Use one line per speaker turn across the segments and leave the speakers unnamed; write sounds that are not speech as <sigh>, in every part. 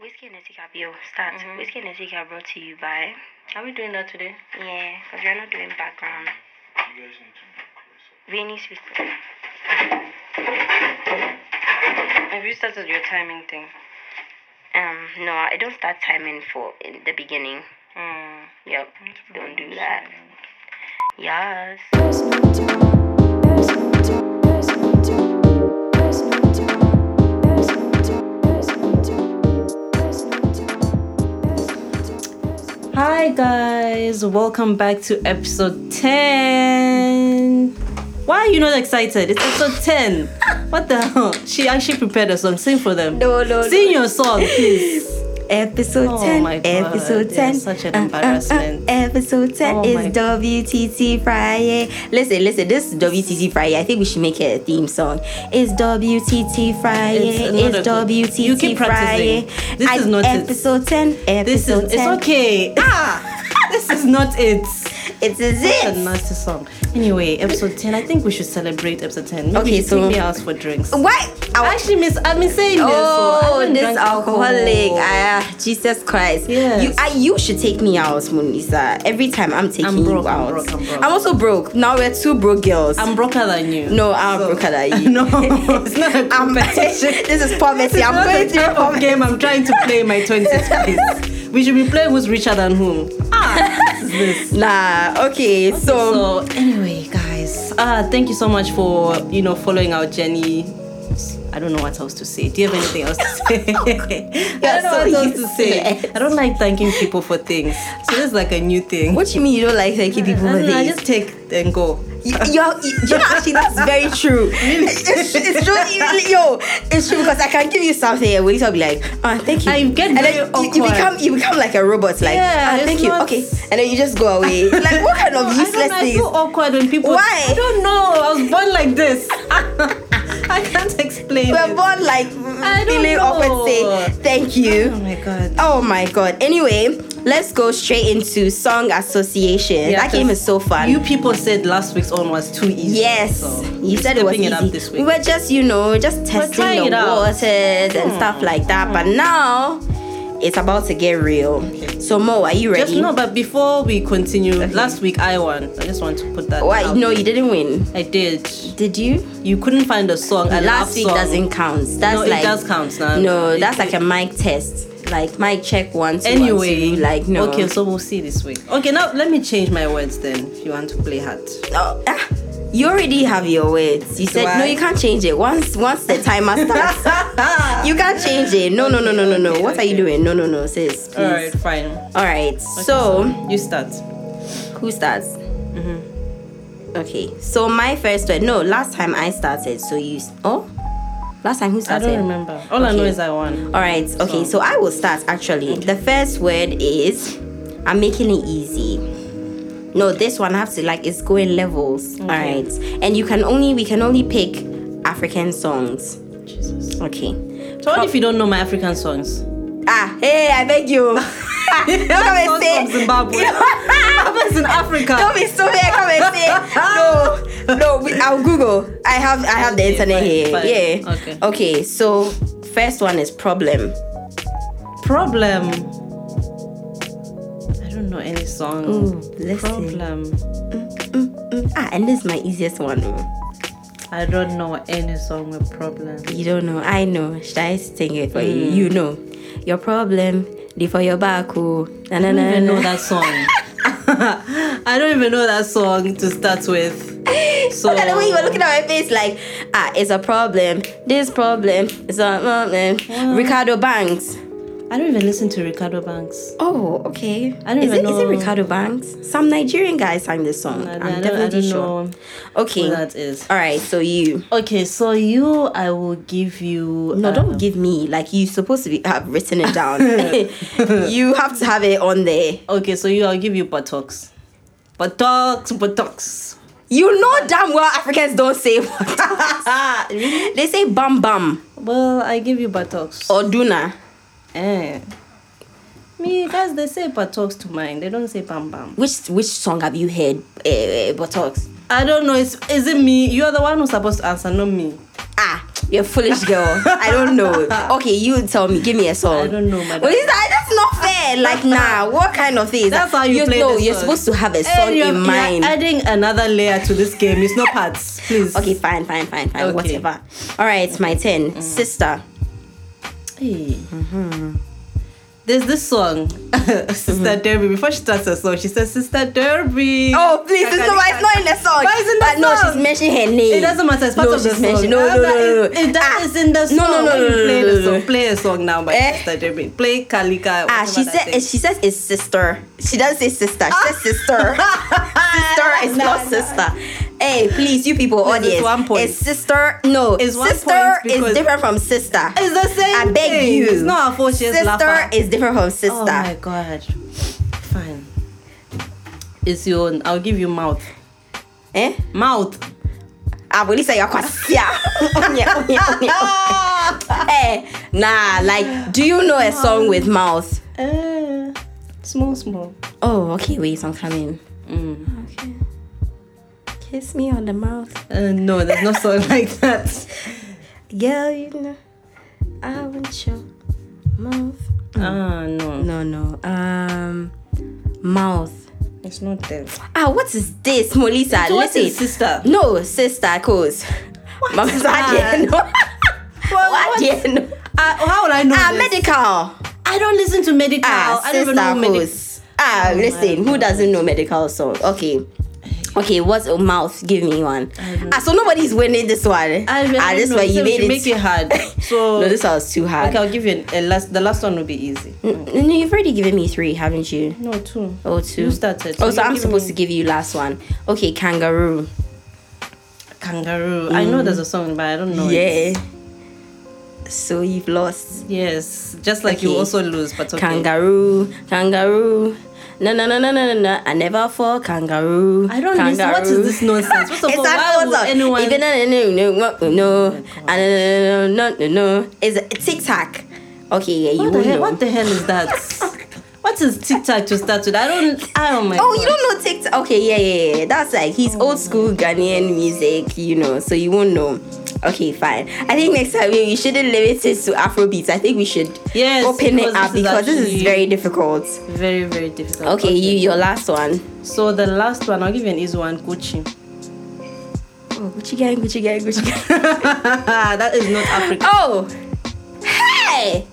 Whiskey and Ethica Bill. Start.
Mhm.
Whiskey and Ethica are brought to you by.
Are we doing that today?
Yeah, because we are not doing background.
You guys need to be closer.
We need to.
Have you started your timing thing?
Um, no, I don't start timing for in the beginning.
Mm.
Yep. Don't do that. Yes.
Hi guys, welcome back to episode 10. Why are you not excited? It's episode 10. What the hell? She actually prepared a song. Sing for them.
No, no,
Sing your song, please.
Episode
Oh
10.
my God,
Episode
you're
10.
such an
Uh, uh, uh,
embarrassment.
episode 10
Oh my
is WTT Friday. Listen, listen, this is WTT Friday. I think we should make it a theme song. It's WTT Friday.
It's not
It's,
a good-
WTT
You keep
Friday.
practicing. This
I-
is not it.
Episode 10. Episode
This is
10.
it's
<laughs>
okay. Ah! this is not it.
It is
It's a
it.
nasty song. Anyway, episode 10. I think we should celebrate episode 10. Maybe
Okay,
you should
so-
take me out for drinks.
What?
I
I-
actually miss I've been saying this. so I
Oh,
haven't
this
drank
alcoholic!
alcohol.
Ah, Jesus Christ!
Yes.
You, I, you should take me out, Monisa. Every time I'm taking
broke,
you
I'm
out.
broke, I'm broke.
also broke. Now we're two broke girls.
I'm broker than you.
no, I'm broke at
<laughs>
you.
No, it's not a
<laughs> I'm,
competition.
this is poverty.
This is
I'm
not
going
the type
through
of
poverty.
game I'm trying to play in my
<laughs>
20s, please. We should be playing who's richer than whom. Ah, this is this.
Nah. Okay.
So,
so,
anyway, guys, uh, thank you so much for, you know, following our journey. I don't know what else to say. Do you have anything
<laughs>
else to say? <laughs> I don't know
so
what else to say.
useless.
I don't like thanking people for things. So this is like a new thing.
what do you mean you don't like thanking people
I,
for
don't know, I
things?
just take and go.
Y- Yo, y- you know, actually, that's very
<laughs>
true. It's, it's true. you- Yo, it's true because I can give you something and Willie will be like, oh, thank you.
I get
and
very
then you, you
awkward.
become you become like a robot. Like,
Yeah,
"Ah,
it's
thank you.
not-
Okay, and then you just go
<laughs>
away. Eh, Like, what kind of
I,
useless
don't, I
things?
feel awkward when people.
Why?
I don't know. I was born like
<laughs>
this. <laughs> I can't explain.
We're
it.
born like
I don't
feeling awkward.
know.
Say thank
Oh
you.
my god.
Oh my god. Anyway, let's go straight into song association.
Yeah,
that game
'cause
is so fun.
You people said last week's own was too easy.
Yes,
so
you
we're
said it was
stepping it
easy.
up this
We
week.
were just, you know, just
trying
testing
it
the
out. Hmm.
waters and stuff like that. But now it's about to get real. So Mo, are you ready?
Just no, but before we continue, last week I won. I just want to put that.
Why?
out
No,
there.
you didn't win.
I did.
Did you?
You couldn't find a song. A love
Last week
song.
doesn't count. That's
No, it
like
does count now.
No,
It-
that's
it-
like a mic test. Like mic check one. two, one,
Anyway,
two, like no.
Okay, so we'll see this week. Okay, now let me change my words then. If you want to play
<laughs>
hard.
Oh, ah, you already have your words. You said
I?
no. You can't change it. Once once the timer
<laughs>
starts, <laughs> you can't change it. No, no, no, no, no, no.
okay,
what are you
okay.
doing? No, no, no, sis. Please.
All right, fine.
All right. So
You start.
who starts? Mm-hmm. Okay. So my first word. No, last time I started. So you. s- Oh, last time who
I
started?
don't remember. All I know
Okay.
is I won.
All right. Okay. So, I will start. Actually, the first word is. I'm making it easy. No, this one I have to like. It's going levels. All right. And you can only we can only pick African songs.
Jesus.
Okay.
So what if you don't know my African songs?
Ah, hey, I beg
<laughs>
you. Don't come and
Songs
say
from
<laughs>
Zimbabwe. Happens in Africa.
Don't be so here. Come and say no, no. we- I'll Google. I have, I have the
Okay,
internet
fine,
here.
fine.
Yeah.
Okay.
Okay. So first one is problem.
Problem. I don't know any song.
Ooh, listen.
Problem.
Ah, and this is my easiest one. oh.
I don't know any song with problem.
You don't know. I know. Should I sing it for you?
Mm.
You know. Your problem. Before your back. Oh. Na na
I don't
na
even
na.
know that song. I don't even know that song to start with. So
<laughs> <laughs> Look at the way you were looking at my face, like, ah, it's a problem. This problem is a problem. Ricardo Banks.
I don't even listen to Ricardo Banks.
Oh, okay.
I don't
is
even
it, is it
know.
Ricardo Banks? Some Nigerian guy sang this song.
I,
I'm
I don't, I
definitely
don't
sure.
know
Okay.
who that is.
All right. So you.
Okay, so you, I will give you.
No,
um,
don't give me. Like you supposed to be have written it down.
<laughs>
<laughs> you have to have it on there.
Okay, so you, I'll give you buttocks. Buttocks, buttocks.
You know damn well Africans don't say
<laughs>
what. <laughs> they say bam bam
Well, I give you buttocks.
or duna.
Eh. Me, guys, they say buttocks to mine. They don't say bam bam.
Which which song have you heard? Uh, buttocks.
I don't know. It's, is it me? You are the one who's supposed to answer, not me.
Ah, You're a foolish girl. I don't know. Okay, you tell me. Give me a song.
I don't know, madam.
Well, is that, that's not fair. Like, nah. What kind of thing? is
That's
that?
how you play
No,
the
you're
song.
supposed to have
Hey,
a song
you're,
in
you're
mind.
adding another layer to this game. It's not parts, please.
Okay, fine, fine, fine, fine.
Okay. Mm.
Whatever. All right, it's my turn. Sister.
Hey. There's this song, <laughs> Sister Derby. Before she starts her song, she says, "Sister Derby."
Mm-hmm. Oh, please,
Kakali-
it's not, it's not in the song.
But it's in the
but no,
song.
she's mentioning her name.
It doesn't matter. It's part
No,
of the
she's
song.
mentioned- no, no,
Ah, that
no,
is-
no, no.
It, that
Ah.
is in the song.
No, no, no,
When you
no, no,
play
no,
the
no,
song.
no.
Play a song now by
Eh?
Sister Derby. Play Kalika.
Ah,
whatever
she
that
said
thing.
she says it's sister. She doesn't say sister. She says
<laughs>
sister. sister is
Nah,
not
nah.
sister. Hey, please, you people,
Please, it's
audience.
one point.
It's sister. No,
It's one
sister
point because-
is different from sister.
It's the same.
I beg
thing.
you.
It's not our fault. She's
Sister is different from sister.
Oh my god. Fine. It's your. own. I'll give you mouth.
eh?
Mouth.
Ah, well, Lisa, you're
<laughs>
quite <laughs> yeah. yeah, yeah,
<laughs>
yeah. Hey, nah, like, do you know a song with mouth?
Uh, small, small.
Oh, okay, wait, I'm coming.
Mm.
Okay. Kiss me on the mouth.
Uh, no, there's no song <laughs> like that.
Girl, you know, I want your mouth.
Ah, no.
No, no. Um, mouth.
It's not there.
Ah, what is this, Molisa?
So what
Listen,
is sister?
No, sister, cause. Mama,
is
I
<laughs>
didn't know. I didn't know.
Uh, how would I know?
Ah,
this?
medical.
I don't listen to medical.
Ah,
I don't
sister,
even know medical.
cause. Ah,
Oh my
listen. Who
God.
doesn't know medical song? Okay. Okay, what's a mouth? Give me one.
I don't-
Ah, so nobody's winning this one.
I really
ah,
don't
this
know.
one
So
you
we
made
should
it.
make it
<laughs>
hard. So-
no, this one was too hard.
Okay, I'll give you an, a last. The last one will be easy.
N- Mm, No, you've already given me three, haven't you?
No, two.
Or two.
You started, so
Oh, so
you're
I'm
giving
supposed
me-
to give you last one. Okay, kangaroo.
Kangaroo. I know there's a song, but I don't know. it.
yeah. So you've lost.
Yes. Just like you
Okay.
also lose, but okay.
Kangaroo, kangaroo. No, no, no, no, no, no, no. I never fall kangaroo.
I don't listen. What is <laughs>
kangaroo.
this nonsense? First of
It's
all,
that
why would
close up.
anyone? Oh
Even no, no, no, no, no, Ah, no, no, no, no, no, no. It's a TikTok. Okay, yeah, you
what, the
will
hell,
know.
what the hell is <laughs> that? what is TikTok to start with? I don't. I don't.
Oh, you don't know TikTok? Okay, yeah, yeah, yeah. That's like he's old school Ghanaian music, you know, so you won't know. Okay, fine. I think next time we, we shouldn't limit it to Afrobeats. I think we should
Yes,
open
because
it up
this is
because this is
actually-
very difficult.
Very, very difficult.
Okay, you your last one.
So the last one, I'll give you an easy one, Gucci. <laughs>
Oh, Gucci gang, Gucci gang, Gucci gang.
that is <laughs> not African.
oh, hey,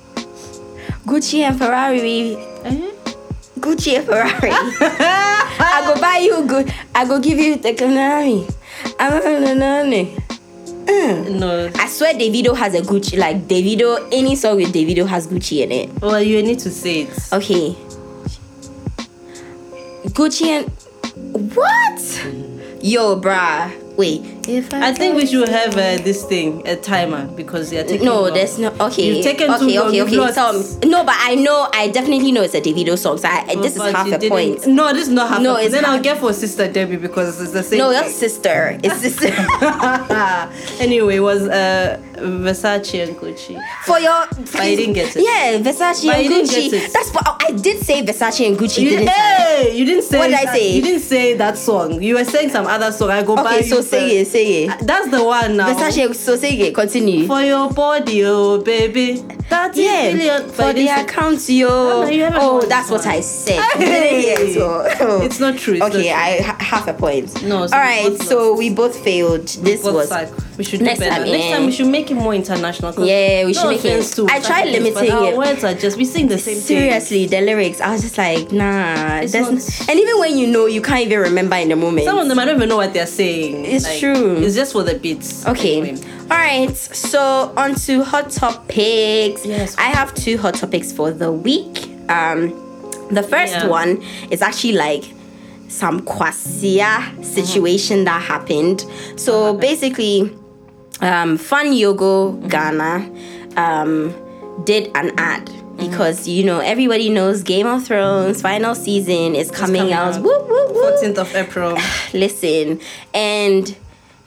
Gucci and Ferrari.
Eh?
Gucci and Ferrari.
<laughs> Oh.
I go buy you good. I go give you the Canary. I'm Mm.
no.
I swear Davido has a Gucci like Davido any song with Davido has Gucci in it.
Well, you need to say it.
Okay. Gucci and what? Yo, bruh. Wait. If
I think we should have uh, this thing, a timer, because you're taking.
no,
long.
there's no okay.
You've taken
okay,
too long.
okay,
You've
okay.
lost.
So, no, but I know I definitely know it's a Davido song. So I, this is
Oh, But
half
you
a
didn't-
point.
No, this is not half
No,
a point.
it's
Then I'll
half-
get for Sister Debbie because it's the same.
No,
thing.
that's sister.
<laughs>
It's sister.
anyway, it was uh, Versace and Gucci.
For your,
But you didn't get it.
Yeah, Versace
But
and
you didn't
Gucci.
get it.
That's what I did say. Versace and Gucci.
You,
didn't I?
hey, you didn't say.
What did I
that-
say?
You didn't say that song. You were saying some other song. I go buy.
Okay, so
you
say
first.
it, say it.
That's the one now.
Versace, so say it, continue.
for your body, oh baby. That's
yeah,
for
for the account, yo.
no, you haven't
Oh,
won
that's
this
what
one.
I said.
Hey!
<laughs> Yeah, so-
It's not true, it's not
okay,
true.
I ha- half a point.
No, so we
all right.
both
So
lost.
we both failed. This
both
was
side. We should
Next
do better.
time,
Next
yeah.
time we should make it more international. 'cause
Yeah, we should
no
make it-
offense to
I tried
Saturdays, but
limiting
our
it.
words are just we sing the same thing.
seriously the lyrics. I was just like, nah.
It's
there's
not-
n- and even when you know, you can't even remember in the moment.
Some of them I don't even know what they're saying.
It's true.
It's just for the beats.
Okay.
Anyway.
All right. So on to hot topics.
Yes.
I have two hot topics for the week. Um, the first
Yeah.
one is actually like some kwasia situation that happened. So basically, um, Fun Yogo
Mm-hmm.
Ghana um, did an ad.
Mm-hmm.
Because you know everybody knows Game of Thrones final season is coming,
coming
out.
out.
Woo, woo, woo
Fourteenth of
<sighs>
April.
listen and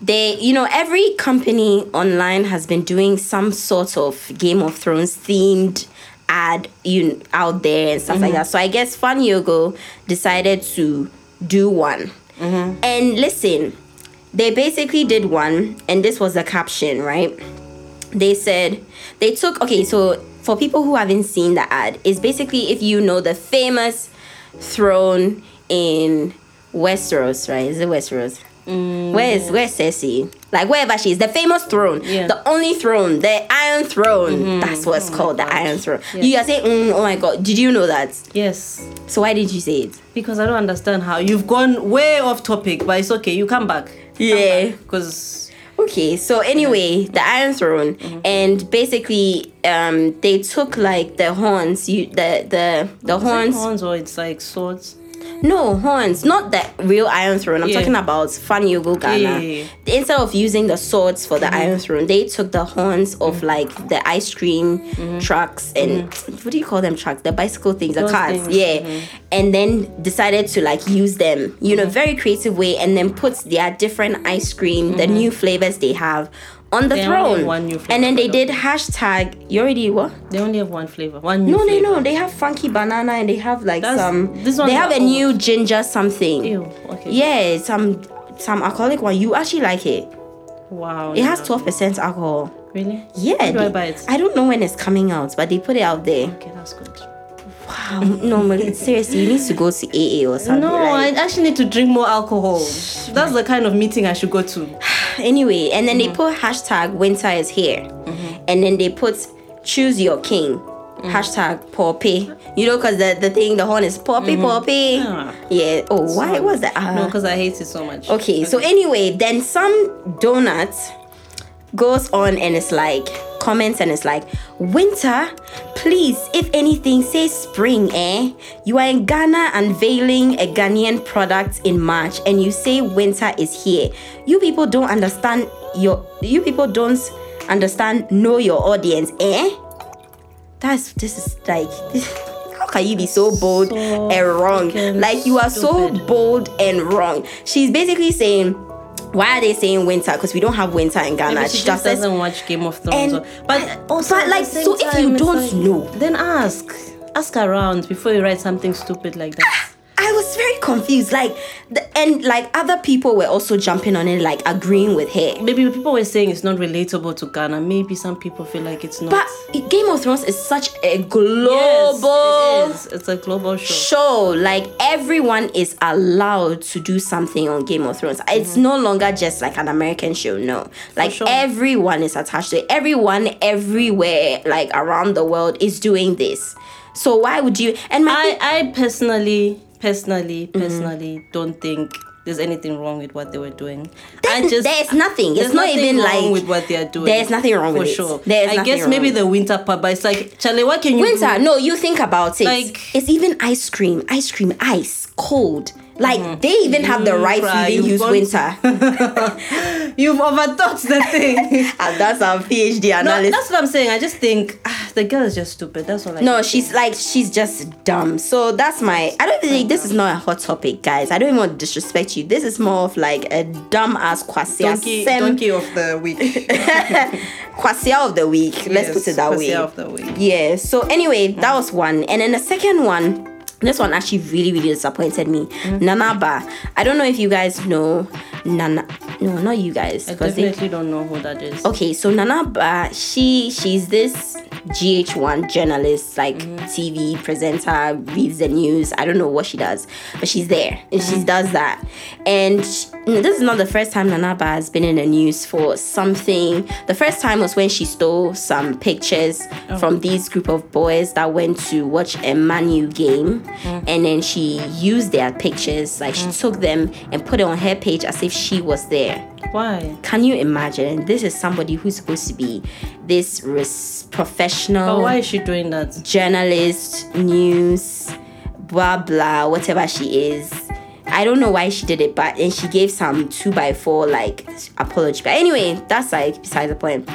they you know every company online has been doing some sort of game of thrones themed ad you kn- out there and stuff like that so i guess fun yogo decided to do one and listen they basically did one and this was the caption right they said they took okay so for people who haven't seen the ad it's basically if you know the famous throne in Westeros right is it Westeros where is where's Cersei like wherever she is the famous throne
Yeah.
the only throne the Iron Throne that's what's called the Iron Throne you are saying mm, oh my god did you know that
Yes.
so why did you say it
Because I don't understand how you've gone way off topic, but it's okay. You come back.
yeah
Because
Okay, so anyway, the Iron Throne, and basically, um, they took like the horns, you the the the horns.
horns or oh, it's like swords.
No horns, not the real Iron Throne. I'm
Yeah.
talking about Fanny Yogo Ghana.
Yeah, yeah, Mm-hmm.
Instead of using the swords for the Iron Throne, they took the horns of like the ice cream trucks and what do you call them trucks? The bicycle things, the
Mm-hmm. Those
cars.
things, Mm-hmm.
Yeah. And then decided to like use them, you know, very creative way and then put their different ice cream, the new flavors they have on the
Mm-hmm. They only have
throne.
one new flavor,
and then they
don't
did hashtag you already what?
They only have one flavor. One new
No, they
flavor.
no. They have funky banana and they have like
That's-
some.
this
they
one's
have a
old.
new ginger something.
Ew. Okay.
Yeah, some some alcoholic one. You actually like it.
Wow.
It has
yeah.
twelve percent alcohol.
Really?
Yeah.
Where do I
they-
buy it?
I don't know when it's coming out, but they put it out there.
Okay, that's good.
Wow. no, <laughs> Malik, seriously, you need to go to AA or something.
No,
like-
I actually need to drink more alcohol. That's the kind of meeting I should go to.
anyway, and then they
Mm-hmm.
put hashtag winter is here, and then they put choose your king.
Mm.
Hashtag poppy, you know, cause the, the thing the horn is poppy poppy.
Ah.
Yeah. Oh, why was that? Ah. <sighs>
No, because I hate it so much.
Okay, so anyway, then some donuts goes on and it's like comments and it's like winter please if anything say spring eh you are in ghana unveiling a ghanaian product in march and you say winter is here you people don't understand your you people don't understand know your audience eh that's this is like <laughs> this, how can you be so bold
So
and wrong
freaking
like you are so
stupid.
bold and wrong she's basically saying why are they saying winter because we don't have winter in ghana
Maybe she
She
just
says-
doesn't watch Game of Thrones.
And-
or- but also,
but,
at
like,
the same
so if you
time, it's
don't
like-
know-
then ask, ask around before you write something stupid like
<laughs>
that.
I was very confused. Like, the, and like other people were also jumping on it, like agreeing with her.
Maybe people were saying it's not relatable to Ghana. Maybe some people feel like it's not.
But Game of Thrones is such a
Yes, it
global
is. It's a global show.
show. Like everyone is allowed to do something on Game of Thrones. It's no longer just like an American show. No,
Mm-hmm.
like
sure.
everyone is attached to it. Everyone, everywhere, like around the world, is doing this. So why would you? And my
I, I personally, personally,
Mm-hmm.
personally don't think there's anything wrong with what they were doing. I just
there's nothing. It's
there's
not
nothing
even
wrong
like
with what they are doing.
there's nothing wrong
for
with it.
sure.
There's
I
nothing
guess maybe
wrong.
the winter part, but it's like, Charlie, what can you
Winter, no, you think about it.
Like-
it's even ice cream, ice cream, ice, cold. Like they even have the
Mm-hmm. You
right
cry,
to even
you
use
want-
winter.
<laughs>
<laughs>
do? You've overthought the thing.
and that's our PhD
no,
analyst.
that's what I'm saying. I just think ah, the girl is just stupid. That's all. I
No, she's like she's just dumb. So that's my. I don't think this is not a hot topic, guys. I don't even want to disrespect you. This is more of like a dumb ass quasia
donkey, donkey of the <laughs> week.
quasia of the week.
Yes, Mm.
Let's put it that
quasi
way.
Of the week.
Yeah. So anyway, that was one, and then the second one. This one actually really really disappointed me.
Mm.
Nanaba. I don't know if you guys know Nana. No, not you guys.
I
'cause they-
definitely don't know who that is.
okay, so Nanaba, she she's this GH1 journalist, like TV presenter, reads the news. I don't know what she does, but she's there and she does that. And sh- mm, this is not the first time Nanaba has been in the news for something. The first time was when she stole some pictures from these group of boys that went to watch a Manu game, and then she used their pictures, like she took them and put it on her page as if she was there.
Why?
Can you imagine? This is somebody who's supposed to be this res-
But
professional
Oh, why is she doing that?
journalist, news, blah blah, whatever she is. I don't know why she did it, but and she gave some two by four like apology. But anyway, that's like beside the point.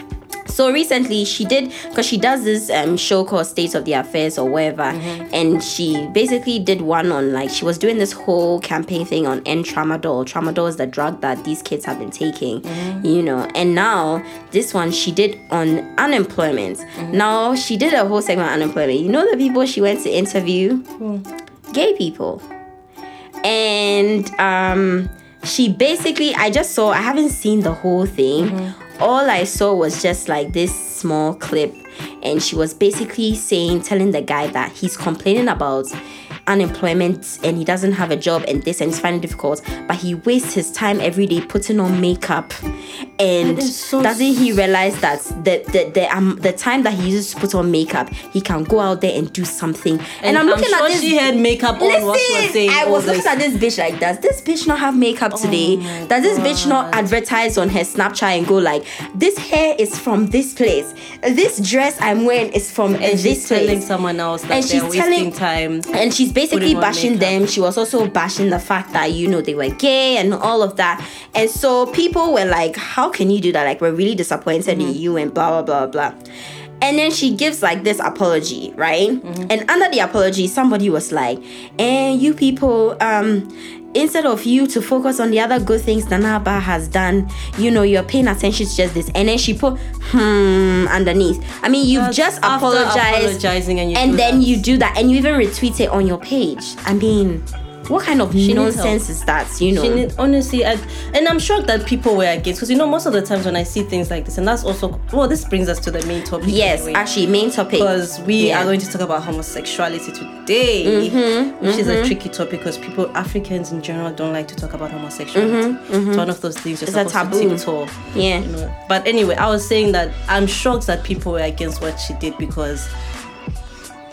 So recently she did because she does this um show called State of the Affairs or whatever, and she basically did one on like she was doing this whole campaign thing on end tramadol. Tramadol is the drug that these kids have been taking, you know. And now this one she did on unemployment. Now she did a whole segment on unemployment. You know the people she went to interview, gay people and um she basically i just saw i haven't seen the whole thing
Mm-hmm.
all I saw was just like this small clip, and she was basically saying, telling the guy that he's complaining about unemployment and he doesn't have a job and this and he's finding it difficult, but he wastes his time every day putting on makeup, and
That is so
doesn't he realize that the the the, um, the time that he uses to put on makeup, he can go out there and do something. And, I'm looking
sure
at this.
she had makeup on what she was saying.
I
all
was
this. Oh
looking at this bitch like, does this bitch not have makeup today? Does this bitch not advertise on her Snapchat and go like, this hair is from this place, this dress I'm wearing is from uh,
and she's
this
telling
place,
someone else that
And
they're
she's
wasting
telling-
time.
and she's basically
Putting on
bashing
makeup.
them. She was also bashing the fact that you know they were gay and all of that. And so people were like, "How can you do that? Like we're really disappointed
Mm-hmm.
in you and blah blah blah blah." And then she gives like this apology, right?
Mm-hmm.
And under the apology, somebody was like, "And you people, um." Instead of you to focus on the other good things Nanaba has done, you know, you're paying attention to just this. And then she put, hmm, underneath. I mean, you've
That's
just
after
apologized
apologizing and you do
and then
that.
you do that and you even retweet it on your page i mean what kind of
needs
nonsense is that you know
She need, honestly, I, and I'm shocked that people were against because you know most of the times when I see things like this, and that's also well, this brings us to the main topic.
yes
anyway.
actually main topic
because we
Yeah.
are going to talk about homosexuality today,
Mm-hmm,
which is a tricky topic because people, Africans in general, don't like to talk about homosexuality. It's one of those things you're
Mm-hmm, It's a
supposed to
taboo.
tiptoe.
Yeah.
you know. But anyway, I was saying that I'm shocked that people were against what she did because.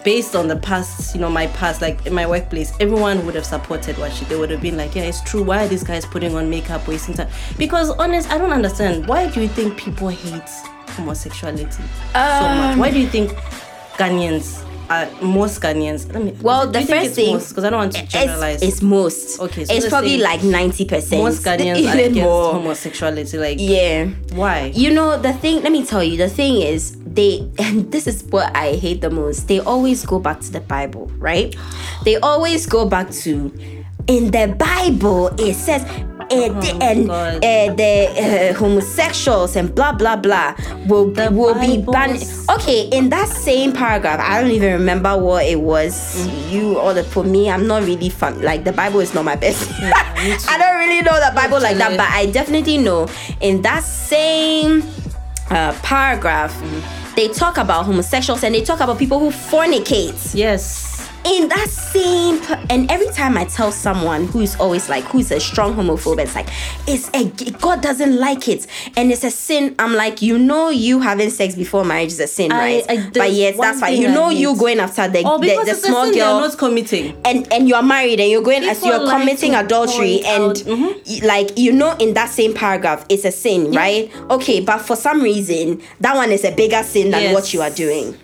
Based on the past, you know, my past, like in my workplace, everyone would have supported what she did. Would have been like, yeah, it's true. Why are these guys putting on makeup, wasting time? Because honest, I don't understand. Why do you think people hate homosexuality? so much. Why do you think Ghanaians are most Ghanaians? Let me,
well
do
the
you think
first
it's
thing
because I don't want to
it's-
generalize.
it's most
Okay, so
it's
let's
probably
say
like 90 percent <laughs>
most Ghanaians are
even
against
more
homosexuality. Like
yeah
why?
you know the thing let me tell you the thing is they <laughs> and this is what i hate the most they always go back to the bible right they always go back to in the bible it says eh, the-
my
and
Oh, God.
eh, the uh, homosexuals and blah blah blah will
The
will be banned.
Bible's-
Okay, in that same paragraph, I don't even remember what it was. You or the for me, I'm not really fun. Like the Bible is not my best. <laughs> I don't really know the Bible like that,
Literally.
but I definitely know in that same uh, paragraph. They talk about homosexuals and they talk about people who fornicate.
Yes.
In that same, p- and every time I tell someone who is always like, who's a strong homophobe, it's like, it's a g- God doesn't like it and it's a sin. I'm like, you know, you having sex before marriage is a sin,
I-
right?
I-
but
there's
yes,
one
that's fine.
thing
You
I
know,
hate.
you going after the
Or
the,
because
the
it's a
small
sin
girl
they're not committing.
and and you're married and you're going as
People
you're
like
committing
to
adultery
point
and
out- Mhm.
y- like you know in that same paragraph it's a sin right okay but for some reason that one is a bigger sin than what
Yes.
you are doing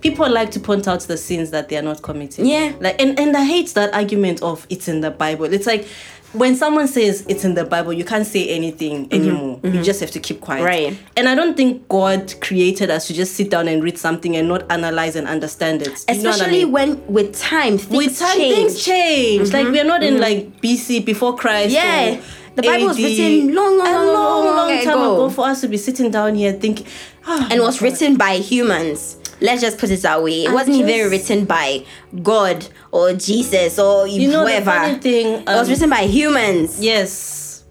People like to point out the sins that they are not committing.
Yeah.
Like and, and I hate that argument of it's in the Bible. It's like when someone says it's in the Bible, you can't say anything anymore. You just have to keep quiet.
Mm-hmm. Right.
And I don't think God created us to just sit down and read something and not analyze and understand it. You know what I
especially
mean?
when with time things
with time
change Mm-hmm.
things change. Like we are not in like BC before Christ.
Yeah.
or
The Bible was
AD.
written long, long,
a
long, long,
long,
long
long time
ago.
ago. for us to be sitting down here thinking. ah,
and was written by humans Let's just put it that way. It
I
wasn't even
just-
written by God or Jesus or
know, the
whoever.
funny thing,
it
um,
was written by humans.
Yes.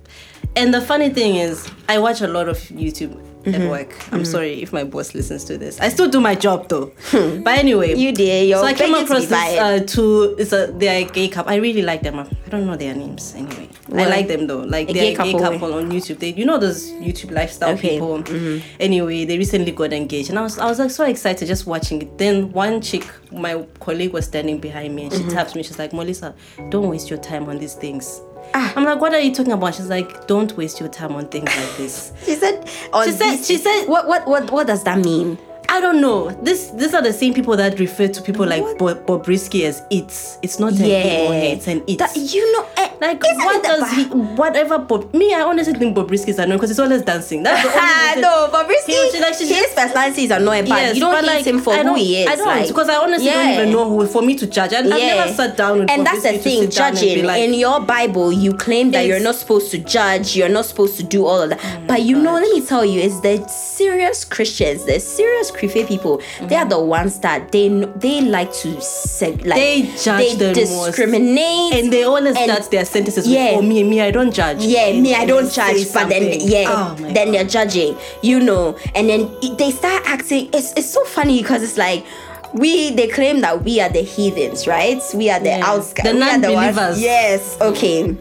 And the funny thing is, I watch a lot of YouTube
Mm-hmm.
at work. I'm sorry if my boss listens to this. I still do my job though. but anyway,
Hmm. You did. You're
so I came
begging to
across
be
this
by
uh, two. It's a they are a gay couple. I really like them. I don't know their names anyway.
Well,
I like them though. Like
a
they're
gay
a gay
couple.
couple on YouTube. They you know those YouTube lifestyle
Okay. Mm-hmm.
people. Anyway, they recently got engaged, and I was I was like so excited just watching it. Then one chick, my colleague, was standing behind me, and
Mm-hmm.
she taps me. She's like, "Melissa, don't waste your time on these things."
Ah.
I'm like, what are you talking about? She's like, don't waste your time on things like
<laughs>
this.
She said. On
She said-
this-
she said-
What? What? What? What does that mean?
I don't know. This these are the same people that refer to people like
What?
Bob, Bobrisky as it's. It's not an
Yeah.
it or her, it's an it.
That, you know, eh,
like
isn't
what
it the
does
ba-
he? <laughs> Whatever. Bob, me, I honestly think Bobrisky is annoying because he's always dancing. That's
<laughs>
the
Ah,
only reason.
no, but
He was just
Risky,
like, she's
his personality is annoying, but
Yes,
you don't
but,
hate
like,
him for
I
who
don't-
he is.
I don't
like-
because I honestly
Yeah.
don't even know who for me to judge. I, I've never sat down with
and that's the
Bobrisky to
thing
sit down and be
judging
like-
in your bible you claim that you're
It's-
not supposed to judge
Oh
you're not supposed to do all of that but you know let me tell you it's the serious christians the serious Krife people, they
Mm.
are the ones that they kn- they like to seg- like
They judge
they
the most.
discriminate
And they always
and-
start their sentences
Yeah.
with, oh, me, me, I don't judge.
yeah, me, I
And
don't
they say
judge, but then
something.
yeah,
Oh my
then they're judging, you know, and then it, they start acting. It's it's so funny because it's like we they claim that we are the heathens, right? We are the
Yeah.
outskirts,
The
we are ones-
non-believers.
Yes, okay.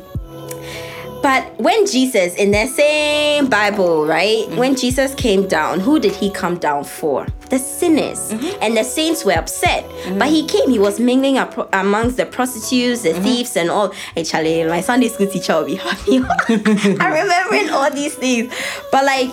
But when Jesus in that same Bible, right?
Mm-hmm.
When Jesus came down, who did he come down for? The sinners.
Mm-hmm.
And the saints were upset. But he came, he was mingling apro- amongst the prostitutes,
Mm-hmm.
the thieves, and all. Hey, Charlie, my Sunday school teacher will be happy.
<laughs>
<laughs> I'm remembering all these things. But like,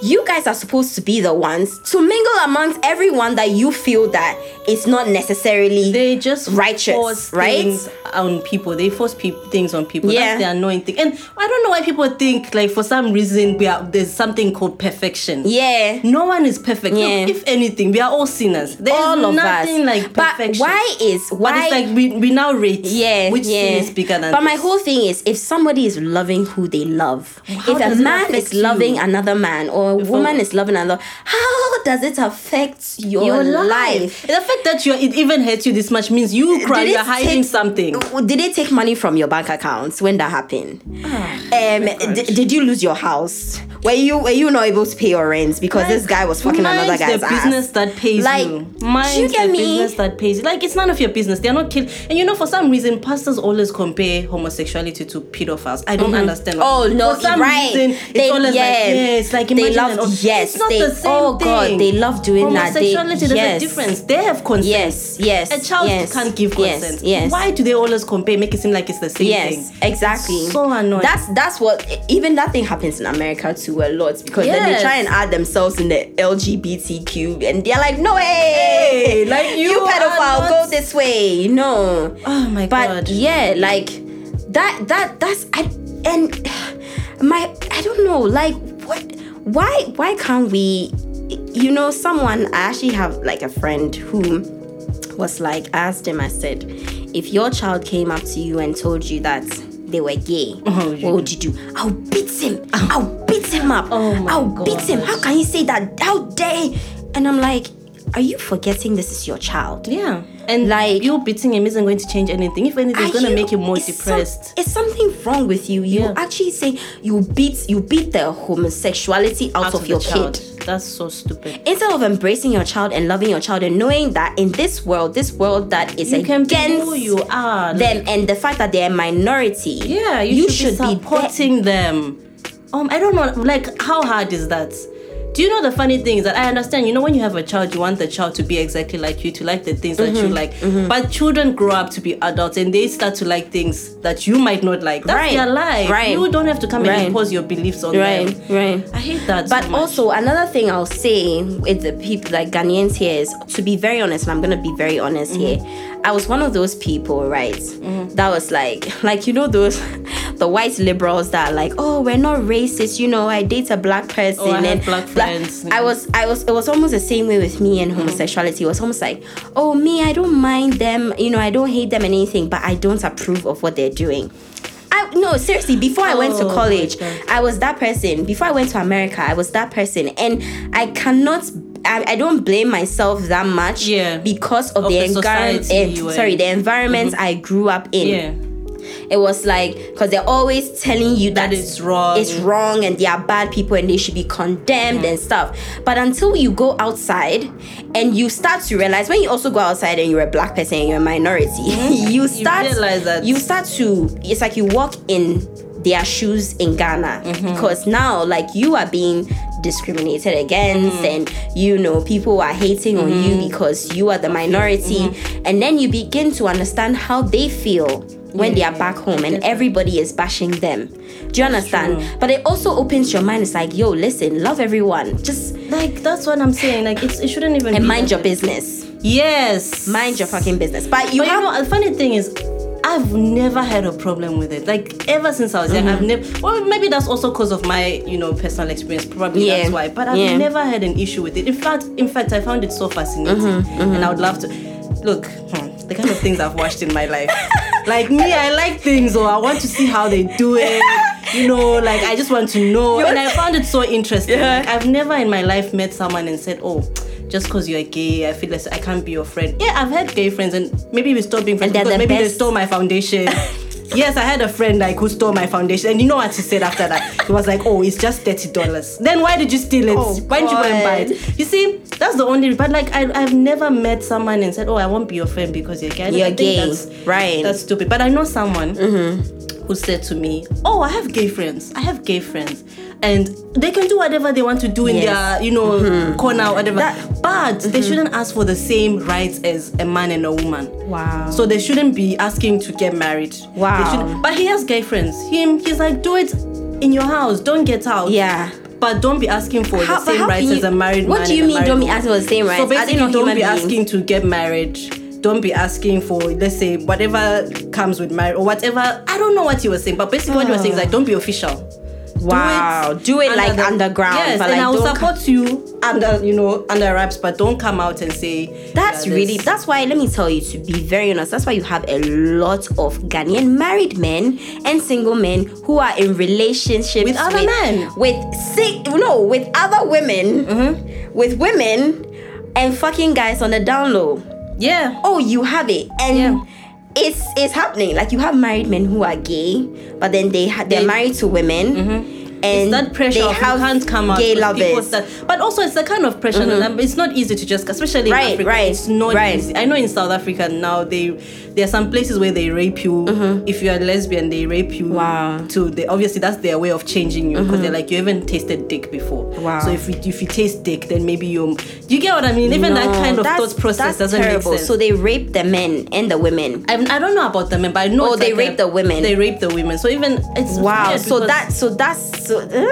you guys are supposed to be the ones to mingle amongst everyone that you feel that it's not necessarily
they just
Righteous,
force
right?
things on people. They force peop things on people.
Yeah.
That's the annoying thing. And I don't know why people think like for some reason we are there's something called perfection.
yeah.
No one is perfect. Look,
Yeah.
if anything, we are all sinners. There's
all of
nothing
us.
like perfection.
But why is why
But it's like we, we now rate
yeah,
which
yeah.
sin is bigger than
But my
this.
whole thing is, if somebody is loving who they love, if a
does it
man
affect
is loving
you?
another man or a
If a-
woman is loving another, how does it affect your,
your
life?
life. The fact that you it even hurts you this much means you cry.
Did
You're
it
hiding
take-
something.
W- Did they take money from your bank accounts when that happened?
Ah,
um, d- did you lose your house? Were you were you not able to pay your rent because this guy was fucking
Mind
another guy's
the
ass?
business that pays
Like,
you.
do you
Mind
get
the
me?
business that pays you. Like it's none of your business. They're not killing. And you know, for some reason, pastors always compare homosexuality to pedophiles. I don't understand. why.
Oh no!
For some
right?
reason, it's
they,
always
yeah,
like yeah, it's like
they
imagine
love
an-
yes.
It's not
they,
the same
oh god,
thing.
they love doing that. They,
homosexuality.
yes,
there's a difference. They have consent.
Yes, yes.
A child
yes,
can't give
yes,
consent.
Yes,
Why do they always compare? Make it seem like it's the same
Yes,
thing.
exactly.
So annoying.
That's that's what even that thing happens in America too a lot because then they
Yes.
try and add themselves in the LGBTQ and they're like, no way,
Hey, like you are
pedophile, go
not-
this way, no.
Oh my
but
god.
yeah like uh, that that that's I, and my i don't know like what why why can't we you know someone i actually have like a friend who was like I asked him i said if your child came up to you and told you that they were gay Oh, what would you do i'll beat him i'll beat him up
Oh my
i'll beat him
gosh.
how can you say that how dare and i'm like are you forgetting this is your child
Yeah. And
Like-
like you beating him isn't going to change anything. If anything, it's
Are
gonna
you-
make him more
is some-
depressed.
is something wrong with you? You
Yeah.
actually say you beat you beat the homosexuality out,
out
of,
the
your
child.
kid.
That's so stupid.
Instead of embracing your child and loving your child and knowing that in this world, this world that is
You can be
against
who you are. like-
them and the fact that they're a minority.
yeah, you, should, be supporting them. Um, I don't know, like how hard is that? Do you know the funny thing is that I understand, you know, when you have a child, you want the child to be exactly like you, to like the things that
Mm-hmm,
you like. But children grow up to be adults and they start to like things that you might not like. That's
Right,
their life.
right,
You don't have to come
right.
and impose your beliefs on
there.
them.
right, right.
I hate that.
But
so much.
also another thing I'll say with the people like Ghanaians here is to be very honest, and I'm gonna be very honest here. I was one of those people, right?
Mm-hmm.
That was like, <laughs> like you know those, the white liberals that are like, oh, we're not racist. You know, I date a black person
Oh, I have
and
black
bla-
friends. Mm-hmm.
I was, I was, it was almost the same way with me and homosexuality. It was almost like, oh, me, I don't mind them. You know, I don't hate them and anything, but I don't approve of what they're doing. I, no, seriously, before I went to
Oh, my
college,
God.
I was that person. Before I went to America, I was that person. And I cannot, I, I don't blame myself that much
Yeah.
because of,
Of
the,
the
environment.
society you were
sorry,
in. Mm-hmm.
the environment I grew up in.
yeah,
It was like, because they're always telling you that,
that is wrong.
it's wrong and they are bad people and they should be condemned and stuff. But until you go outside and you start to realize when you also go outside and you're a black person and you're a minority, <laughs> you start
realize that.
you start to it's like you walk in their shoes in Ghana
Mm-hmm.
because now like you are being discriminated against
Mm.
and you know people are hating on you
Mm-hmm.
because you are the minority and then you begin to understand how they feel when they are back home and everybody is bashing them. Do you understand? But it also opens your mind. It's like, yo, listen, love everyone. Just
Like that's what I'm saying. Like it's, it shouldn't even.
and
be
mind
like
your
that.
business.
Yes.
Mind your fucking business. But you
But you
have
know, the funny thing is, I've never had a problem with it. Like ever since I was
Mm-hmm.
young, I've never. Well, maybe that's also because of my, you know, personal experience. Probably
Yeah.
that's why. But I've
Yeah.
never had an issue with it. In fact, in fact, I found it so fascinating,
Mm-hmm,
and I would love to look. hmm, The kind of things I've watched in my
<laughs>
life. Like me, I like things, or I want to see how they do it. You know, like I just want to know. And I found it so interesting. Like, I've never in my life met someone and said, "Oh, just because you're gay, I feel less. I can't be your friend. Yeah, I've had gay friends, and maybe we stopped being friends
And they're
because
the
maybe they
best.
stole my
<laughs>
foundation. yes, I had a friend like who stole my foundation, and you know what he said after that? He was like, "Oh, it's just thirty dollars." Then why did you steal it?
Oh,
why didn't you go and buy
God.
it? You see, that's the only. But like, I, I've never met someone and said, "Oh, I won't be your friend because you're gay." I don't- I
You're
think
gay,
that's-
right. Mm-hmm.
That's stupid. But I know someone who said to me, "Oh, I have gay friends. I have gay friends, and they can do whatever they want to do in
Yes. Mm-hmm.
their, you know, corner or whatever.
That- Mm-hmm.
but they shouldn't ask for the same rights as a man and a woman.
Wow.
So they shouldn't be asking to get married. They
Wow.
shouldn't- But he has gay friends. Him, he's like, do it in your house. Don't get out.
Yeah.
But don't be asking for
How-
the
but
same
how can
rights
you-
as a married
what
man.
do you
and a
mean,
married
don't be
woman.
asking for the same rights?
So
Are they
basically,
not
don't
human
be
beings?
asking to get married. Don't be asking for, let's say, whatever comes with marriage or whatever. I don't know what you were saying, but basically, what you were saying is like, don't be official.
wow. Do it,
under
like
the-
underground.
Yes,
but
and
like,
I will
don't
support you under, you know, under wraps, but don't come out and say
That's
yeah,
really
this-
that's why let me tell you to be very honest. That's why you have a lot of Ghanaian married men and single men who are in relationships
With other men.
with sick no with other women,
Mm-hmm.
with women and fucking guys on the down low.
yeah.
Oh, you have it and.
Yeah.
It's, it's happening like you have married men who are gay but then they ha- they're
They- Mm-hmm.
married to women and
It's that pressure
they
of you
have
can't come out
gay
with people
lovers
that, but also it's the kind of pressure that um, it's not easy to just especially
Mm-hmm. Right,
in Africa
right,
it's not
right.
easy I know in South Africa now they there are some places where they rape you if you are lesbian they rape you
Mm-hmm. Wow. Mm-hmm.
to the obviously that's their way of changing you because they're like you haven't tasted dick before
Wow.
so if you, if you taste dick then maybe you you get what I mean even that
No,
kind of
that's-
thought process
that's
doesn't
terrible.
make sense
so they rape the men and the women
I, I don't know about the men but I know
Oh,
it's
they
like a-
rape the women.
they rape the women so even it's
Wow.
weird
So
because-
that so that's so. uh,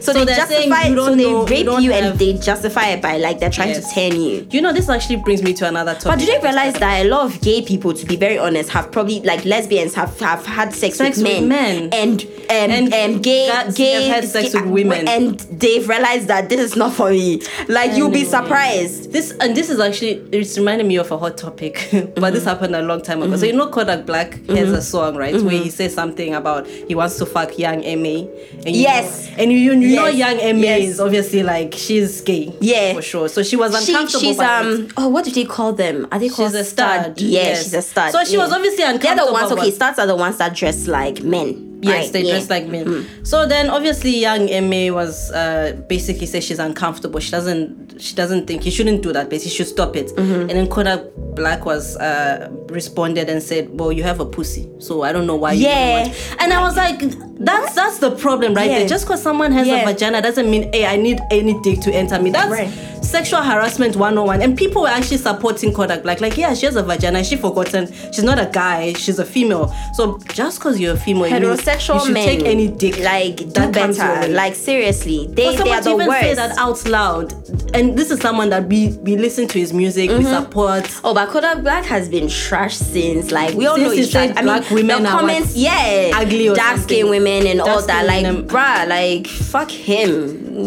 so, they
they're saying
justify
you
so
don't
they
know- you
rape you,
don't
and
have-
they justify it by like they're trying to
Yes.
turn you.
you know this actually brings me to another topic
But do they realize that a lot of gay people, to be very honest, have probably like lesbians have, have had sex,
Sex
with,
with
men,
men.
and um,
And
um, gay
guys
gay
have had sex
gay-
with women.
and they've realized that this is not for me. Like you'll be
Anyway.
surprised.
This and this is actually it's reminding me of a hot topic, <laughs> but this
Mm-hmm.
happened a long time ago. So you know Kodak Black has a song, right, where
Mm-hmm.
he says something about he wants to fuck young Ma. And you
Yes.
know, and you, you know
Yes.
young Ma
Yes.
is obviously like she's gay,
Yeah.
for sure. So she was
She,
uncomfortable.
she's
by it.
um oh what do they call them? Are they called
she's a stud.
Yeah, she's a stud.
So she was
yeah.
obviously
They're
uncomfortable.
the ones.
about-
Okay, studs are the ones that dress like men.
Yes,
right?
they
Yeah. Mm-hmm.
dress like men. So then, obviously, young Ma was uh, basically says she's uncomfortable. She doesn't. She doesn't think he shouldn't do that. Basically, she should stop it.
Mm-hmm.
And then Kodak Black was uh, responded and said, "Well, you have a pussy, so I don't know why."
Yeah.
You don't want-" and I was like, "That's that's the problem, right
Yeah.
there. Just because someone has
Yeah.
a vagina doesn't mean, hey, I need any dick to enter me. That's."
Right.
Sexual harassment 101, and people were actually supporting Kodak Black. Like, yeah, she has a vagina, she forgotten, she's not a guy, she's a female. So, just because you're a female, it means
heterosexual
you should
men
take any dick
like do
that comes your
better
way.
like seriously they,
for
they
someone
are
to
the
even say
worst
that out loud and this is someone that we we listen to his music we support
oh but Kodak Black has been trash since like we all
Since
know
he
he's trash
said
I
black
mean
women
the
are
comments
what?
yeah
Ugly or
dark skinned
something.
women and all that
Dark-skinned
like
women.
bruh like fuck him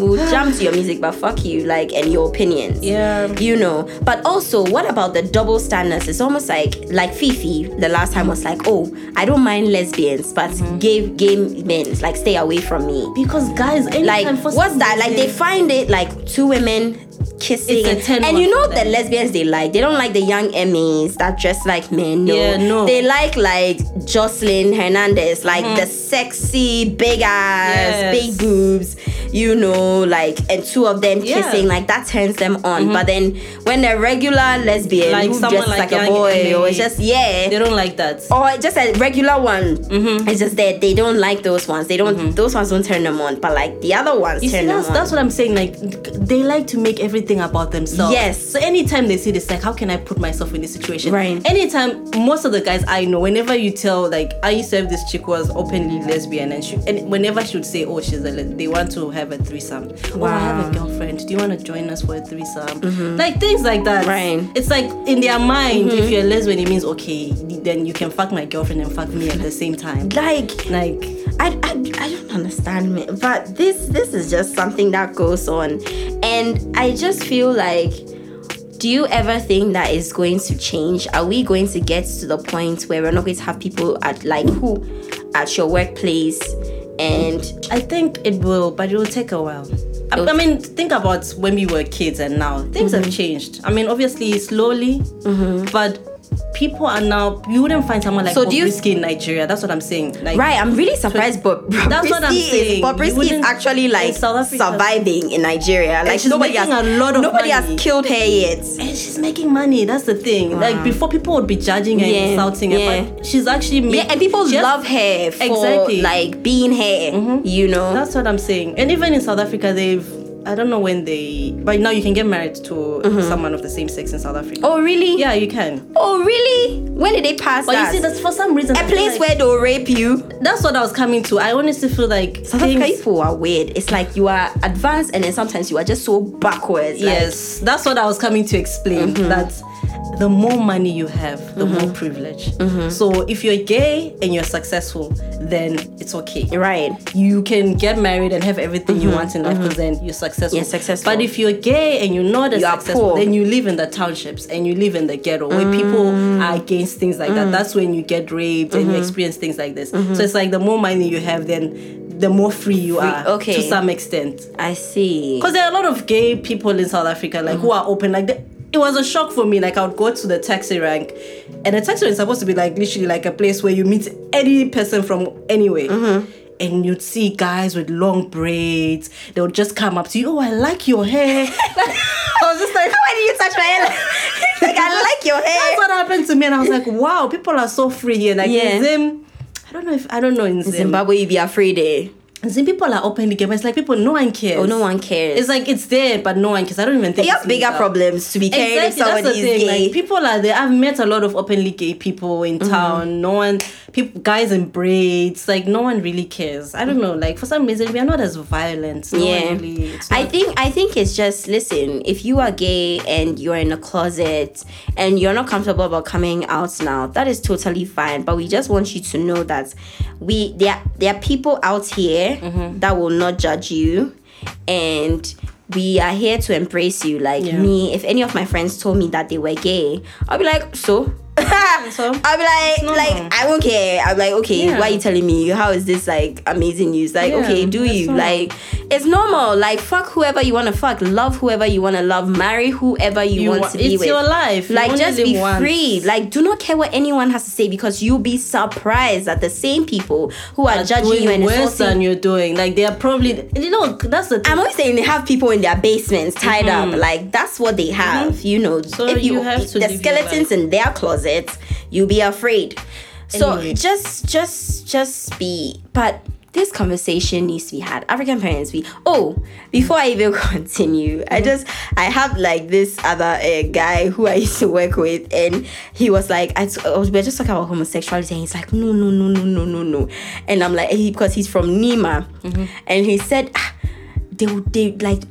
<sighs>
we'll jump to your music but fuck you like and your opinions
Yeah.
you know but also what about the double standards it's almost like like Fifi the last time was like oh I don't mind lesbians but
Mm-hmm.
gay gay men like stay away from me
because guys
like
anytime for
what's
some
that like they
reason-
find it like two women kissing
It's a
and-
turn on
and, you know
for
the
them.
lesbians they like they don't like the young emmys that dress like men no,
Yeah, no. Mm-hmm.
they like like jocelyn hernandez like the sexy big ass
Yes.
big boobs you know like and two of them
Yeah. Mm-hmm.
kissing like that turns them on but then when the regular lesbian
Like
who
someone
dresses like,
like
a
young
boy
Emmy,
or it's just yeah
they don't like that
or just a regular one. It's just that they don't like those ones. They don't. Those ones don't turn them on. But like the other ones
You
turn
see,
them
that's,
on.
that's what I'm saying. Like, they like to make everything about themselves.
Yes.
So anytime they see this, like, how can I put myself in this situation?
Right.
Anytime, most of the guys I know, whenever you tell, like, I used to have this chick who was openly lesbian, and she, and whenever she would say, oh, she's a, le- they want to have a threesome. Oh, I have a girlfriend. Do you want to join us for a threesome? Like things like that.
Mm-hmm. Right. Mm-hmm.
It's like in their mind, if you're a lesbian, it means okay, then you can fuck my girlfriend and fuck me at the same time.
like
Like,
I, I, I don't understand me. But this this is just something that goes on, and I just feel like. Do you ever think that is going to change? Are we going to get to the point where we're not going to have people at like who at your workplace and
I think it will, but it will take a while. I,
Those-
I mean, think about when we were kids and now things
Mm-hmm.
have changed. I mean, obviously slowly, but people are now. You wouldn't find someone like
So
so
do you-
in Nigeria. That's what I'm saying. Like,
Right, I'm really surprised. But
That's what I'm saying. You
Bobrisky is
wouldn't-
actually like
in South Africa-
surviving in Nigeria. Like
she's
nobody has
making a lot of
nobody
money.
has killed her yet.
And "Eh, she's making money. That's the thing. Like before, people would be judging her,
Yeah,
and insulting her,
yeah.
but she's actually making.
Yeah, and people
she has-
love her for
Exactly.
like being her. You know.
That's what I'm saying. And even in South Africa, they've. I don't know when they. But now you can get married to someone of the same sex in South Africa.
Mm-hmm. oh really?
Yeah, you can.
Oh really? When did they pass
But you
that?
see, that's for some reason. I
a
feel
place
like-
where they'll rape you.
That's what I was coming to. I honestly feel like
South Africa people are weird. It's like you are advanced and then sometimes you are just so backwards. like-
yes, that's what I was coming to explain.
Mm-hmm.
That the more money you have, the more privilege.
Mm-hmm.
So if you're gay and you're successful, then it's okay.
right.
You can get married and have everything you want in life because then you're successful.
Mm-hmm. You're successful.
But if you're gay and you're not as
You are
successful,
poor.
then you live in the townships and you live in the ghetto where
Mm.
people are against things like that. That's when you get raped and you
Mm-hmm.
experience things like this. So it's like the more money you have, then the more free you are
okay.
to some extent.
I see.
Because there are a lot of gay people in South Africa, like
Mm.
who are open. Like they, it was a shock for me. Like I would go to the taxi rank, and the taxi rank is supposed to be like literally like a place where you meet any person from anywhere.
Mm-hmm.
And you'd see guys with long braids. They would just come up to you. Oh, I like your
<laughs>
hair. I was just like,
Why did you touch my hair? like <laughs> I like your hair.
that's what happened to me, and I was like, wow, people are so free here. Like
Yeah.
in Zim, I don't know if I don't know in Zim.
Zimbabwe, you be afraid. Eh?
In Zim, people are openly gay, but it's like people, no one cares.
Oh, no one cares.
It's like it's there, but no one cares. I don't even think
you
it's
have bigger
legal.
problems to be caring if someone is gay. Mm-hmm.
Like, people are there. I've met a lot of openly gay people in town. No one, people, guys in braids. Like no one really cares. I don't know. Like for some reason, we are not as violent. No
yeah,
one really, it's
I
not-
think I think it's just listen. If you are gay and you're in a closet and you're not comfortable about coming out now, that is totally fine. But we just want you to know that we there there are people out here
Mm-hmm.
that will not judge you, and we are here to embrace you. Like
Yeah.
me, if any of my friends told me that they were gay, I'll be like, so.
<laughs> So?
<laughs> I'll be like,
normal.
like I won't care. I'm like, okay,
Yeah.
why are you telling me? How is this like amazing news? Like,
Yeah,
okay, do
that's
you
normal.
like? it's normal. Like fuck whoever you want to fuck, love whoever you want to love, marry whoever you,
You
want
wa-
to be
it's
with.
your life. You
Like
only
just
live
be
once.
free. Like do not care what anyone has to say because you'll be surprised at the same people who are,
Are
judging
doing
you and
worse than
insulting.
you're doing. Like they are probably you know that's the thing.
I'm always saying they have people in their basements tied up. Like that's what they have, you know.
Mm-hmm. So you have to
the
live your
skeletons in their closets, you'll be afraid. So
Anyway.
just just just be but this conversation needs to be had. African parents, we oh, before I even <laughs> continue, I
Mm-hmm.
just I have like this other uh, guy who I used to work with, and he was like, I, t- I was, we were just talking about homosexuality, and he's like, no, no, no, no, no, no, no, and I'm like, he, because he's from Nima,
Mm-hmm.
and he said, ah, they would they like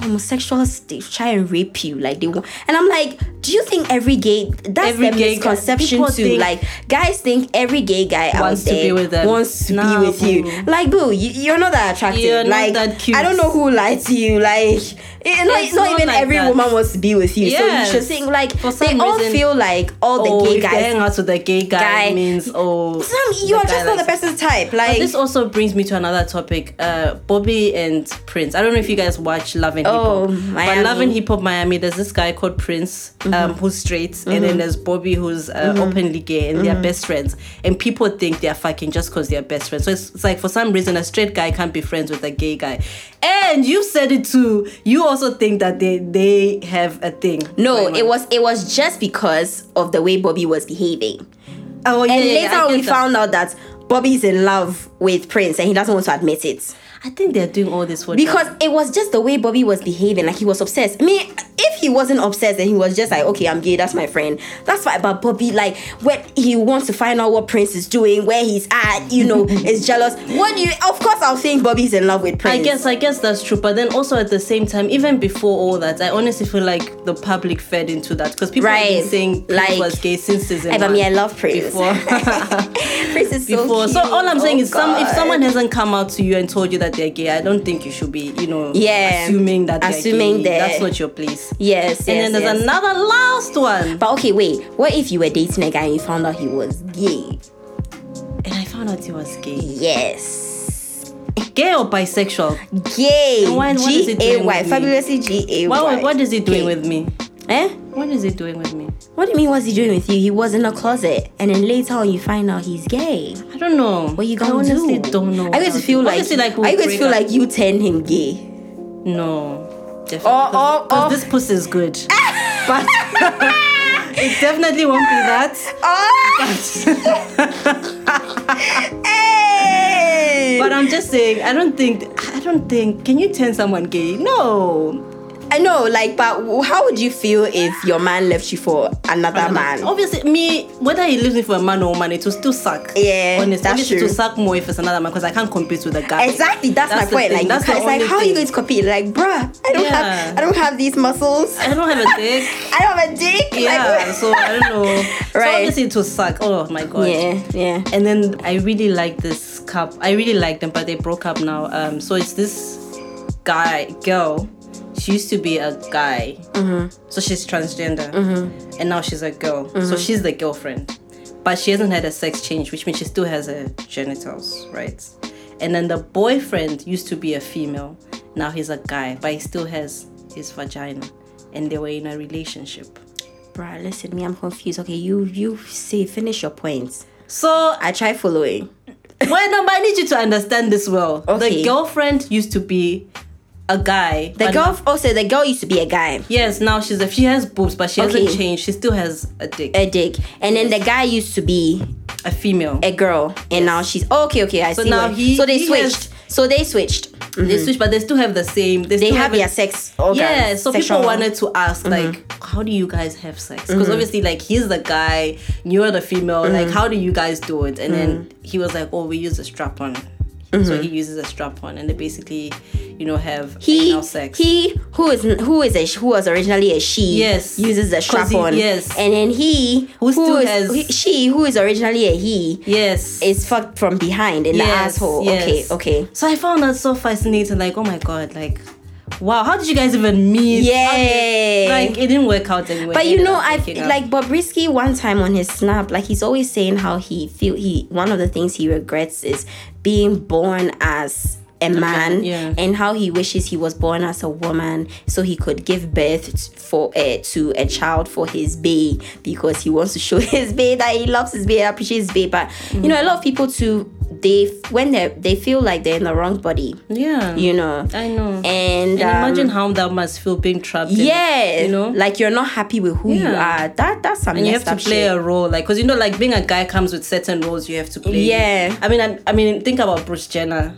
homosexuals they try and rape you like they want and i'm like do you think every gay that's
Every
the
gay guy-
misconception
people
too
think-
like guys think every gay guy
Wants
out
to
there
be with them.
wants to
Nah,
be with you
boo.
like boo you, you're not that attractive
You're not
like
that cute.
i don't know who lied to you like eh, not,
It's
not
not
even
like
every
that.
woman wants to be with you so
Yes.
you should think like
For
they
some
all
reason-
feel like all the
oh,
gay
if they hang
<laughs> guys
out with the gay guy,
guy-
means oh
some
the
you are
guy
just not the
likes-
person's type like
This also brings me to another topic. Uh, Bobby and Prince. I don't know if you guys watch Love and Hip
Oh,
Hop.
Miami. Mm-hmm.
But Love and Hip Hop Miami, there's this guy called Prince um, who's straight, and then there's Bobby who's uh, openly gay, and
Mm-hmm.
they're best friends. And people think they're fucking just because they're best friends. So it's, it's like for some reason a straight guy can't be friends with a gay guy. And you said it too. You also think that they they have a thing.
no,
going
it
on.
was it was just because of the way Bobby was behaving.
Oh, yeah,
And
yeah, yeah,
later
I
on,
get
we
that.
found out that Bobby's in love with Prince and he doesn't want to admit it.
I think they're doing all this for
Because it was just the way Bobby was behaving. Like he was obsessed. I mean, if he wasn't obsessed and he was just like, okay, I'm gay, that's my friend. That's fine. But Bobby, like, when he wants to find out what Prince is doing, where he's at,
<laughs>
you know, is jealous. What do you of course I'll think Bobby's in love with Prince.
I guess I guess that's true, but then also at the same time, even before all that, I honestly feel like the public fed into that because people have
Right.
been saying
Like,
like was gay since season.
Hey, but
one.
me, I love
<laughs>
Prince.
Before.
<laughs> Prince is so
<laughs> Before, so,
cute.
all I'm saying
Oh,
is, some if
God.
someone hasn't come out to you and told you that they're gay, I don't think you should be, you know,
Yeah.
assuming that they're
Assuming
gay.
that-
that's not your place.
Yes,
And
yes,
then there's
yes.
another last one,
But okay, wait. What if you were dating a guy and you found out he was gay?
and I found out he was gay.
Yes.
Gay or bisexual?
Gay.
And why- what is it doing
G-A-Y.
with me?
Fabulously G-A-Y.
What, what is he doing
Gay.
with me?
Eh?
What is he doing with me?
What do you mean what's he doing with you? He was in a closet and then later on you find out he's gay.
I don't know.
What you gonna
I honestly
do?
don't know.
Are you going to feel like,
Honestly, like we'll
are you going to
break
feel
up.
like you turned him gay?
<laughs> No. Definitely.
Or- or-
Because
or-
this pussy is
<laughs>
good. but <laughs> it definitely won't be
<laughs>
that.
hey!
But I'm just saying, I don't think, I don't think, can you turn someone gay? No.
I know, like, but how would you feel if your man left you for another man?
Obviously, me, whether he leaves me for a man or a woman, it will still suck.
Yeah,
Honestly,
that's
obviously, it
true.
will suck more if it's another man because I can't compete with a guy.
Exactly, that's,
That's the
my point.
thing,
Like, you
that's the
can't- it's like,
only
how are you
thing.
going to compete? Like, bruh, I don't
Yeah.
have, I don't have these muscles. <laughs>
I don't have a dick.
I don't have a dick. Like, <laughs>
Yeah, so I don't know. So
Right.
obviously, it will suck. Oh my god.
yeah, yeah.
And then I really like this cup. I really like them, but they broke up now. Um, so it's this guy, girl. She used to be a guy,
Mm-hmm.
so she's transgender, and now she's a girl.
Mm-hmm.
So she's the girlfriend, but she hasn't had a sex change, which means she still has her genitals, right? And then the boyfriend used to be a female, now he's a guy, but he still has his vagina, and they were in a relationship.
Bruh, listen, me, I'm confused. Okay, you, you say, finish your points.
So
I try following.
Well, no, but I need you to understand this well. The
Okay.
girlfriend used to be a guy.
The
but
girl,
now-
also, the girl used to be a guy,
yes, now she's a, she has boobs, but she
Okay.
hasn't changed. She still has a dick.
a dick, and then the guy used to be
A female.
a girl, and now she's oh, okay, okay. I
So
see.
now
what-
he-
so they
he
switched.
has-
so they switched.
They switch, but they still have the same. They,
mm-hmm. They
still
have
a-
their sex organs.
Yeah, so
sexual-
people
Mm-hmm.
wanted to ask like, how do you guys have sex? Because obviously, like he's the guy, you're the female. Like,
Mm-hmm.
how do you guys do it? And then he was like, oh, we use a strap on.
Mm-hmm.
So he uses a strap on, and they basically, you know, have
he
anal sex.
he who is who is a sh- who was originally a she
Yes.
uses a
'Cause
strap
he-
on
yes.
and then he
Who still
is-
has-
he- she who is originally a he
yes,
is fucked from behind in the
Yes,
asshole
yes.
okay okay
So I found that so fascinating. Like, oh my god, like, wow, how did you guys even meet? How did-
Yay.
Like, it didn't work out anyway.
but you
Ended
know
up
I
breaking up.
like Bobrisky one time on his snap like he's always saying how he feel he one of the things he regrets is being born as a man
yeah.
and how he wishes he was born as a woman so he could give birth t- for uh, to a child for his bae because he wants to show <laughs> his bae that he loves his bae appreciates his bae but you know a lot of people too they when they they feel like they're in the wrong body
yeah,
you know
I know.
and,
Mm. And
um,
imagine how that must feel being trapped. in-
yeah,
you know,
like you're not happy with who you
Yeah.
are. That that's some
and you
messed
have to
up
play
shit.
a role, like, cause you know, like being a guy comes with certain roles you have to play.
Yeah. Mm,
I mean, I, I mean, think about Bruce Jenner.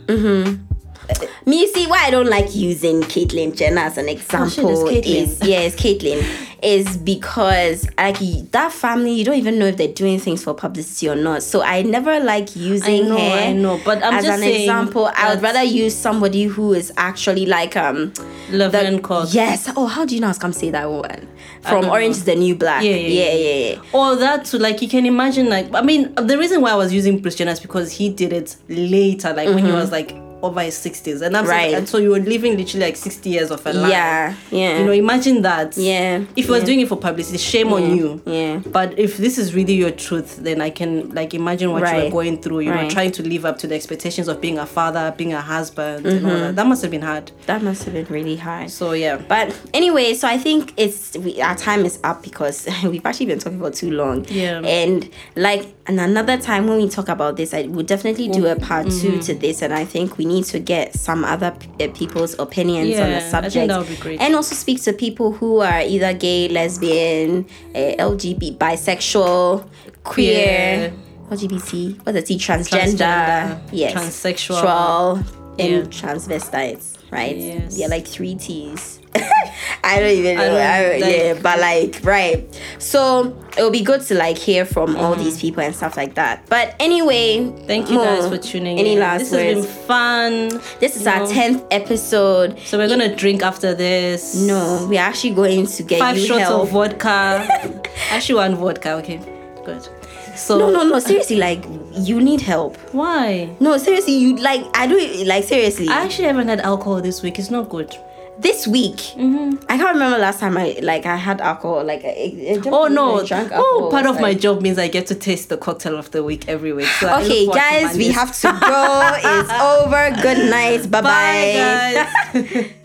Me you see why I don't like using Caitlyn Jenner as an example
Oh, Caitlyn.
is yes, Caitlyn is because like y- that family you don't even know if they're doing things for publicity or not. So I never like using
I know,
her.
I know, but I'm
as
just
an
saying
example. I would
that-
rather use somebody who is actually like um
Laverne Cox.
yes. Oh, how do you know I was gonna say that one from
don't
Orange is the New Black?
Yeah, yeah,
yeah, yeah. yeah.
All that to like you can imagine like I mean the reason why I was using Bruce Jenner is because he did it later like when he was like over his sixties and I'm
Mm-hmm. Right.
right. and so you were living literally like sixty years of a life.
Yeah, yeah.
You know, imagine that.
Yeah,
If he was
yeah.
doing it for publicity, shame on you.
yeah.
But if this is really your truth, then I can like imagine what you
Right.
were going through. You
Right.
know, trying to live up to the expectations of being a father, being a husband, and all that. That must have been hard.
That must have been really hard.
So yeah.
Mm-hmm. But anyway, so I think it's we, our time is up because <laughs> we've actually been talking for too long.
Yeah.
And like and another time when we talk about this, I will definitely do a part
Mm-hmm.
two to this, and I think we need to get some other p- uh, people's opinions on
Yeah, I
the
think
subject.
that would be great.
And also speak to people who are either gay, lesbian, uh, LGBT, bisexual, queer.
Queer.
LGBT, what's the T? Transgender,
Transgender,
yes,
transsexual.
Trol, and
Yeah.
transvestites, right?
Yes.
Yeah, like three T's. I don't even know.
I
I
don't-
don't-
like-
yeah, but like, right. So it would be good to like hear from all these people and stuff like that. But anyway,
Mm-hmm. Thank you
Mo,
guys for tuning
any
in.
last
this
words?
has been fun.
this is
you
our
know.
tenth episode.
So we're gonna drink after this.
No, we're actually going to get
five
you
shots
help.
of vodka.
<laughs>
Actually, one vodka. Okay, good. So
no, no, no. Seriously, like you need help.
why?
No, seriously, you like I do like seriously.
I actually haven't had alcohol this week. It's not good.
this week,
Mm-hmm.
I can't remember last time I like I had alcohol. Like, I, I don't
Oh
think
no!
I drank
Oh,
alcohol.
part of
Like-
my job means I get to taste the cocktail of the week every week. So I look
Okay,
forward to my
guys, we
list. <laughs>
have to go. it's over. Good night. Bye-bye.
Bye,
<laughs>
guys.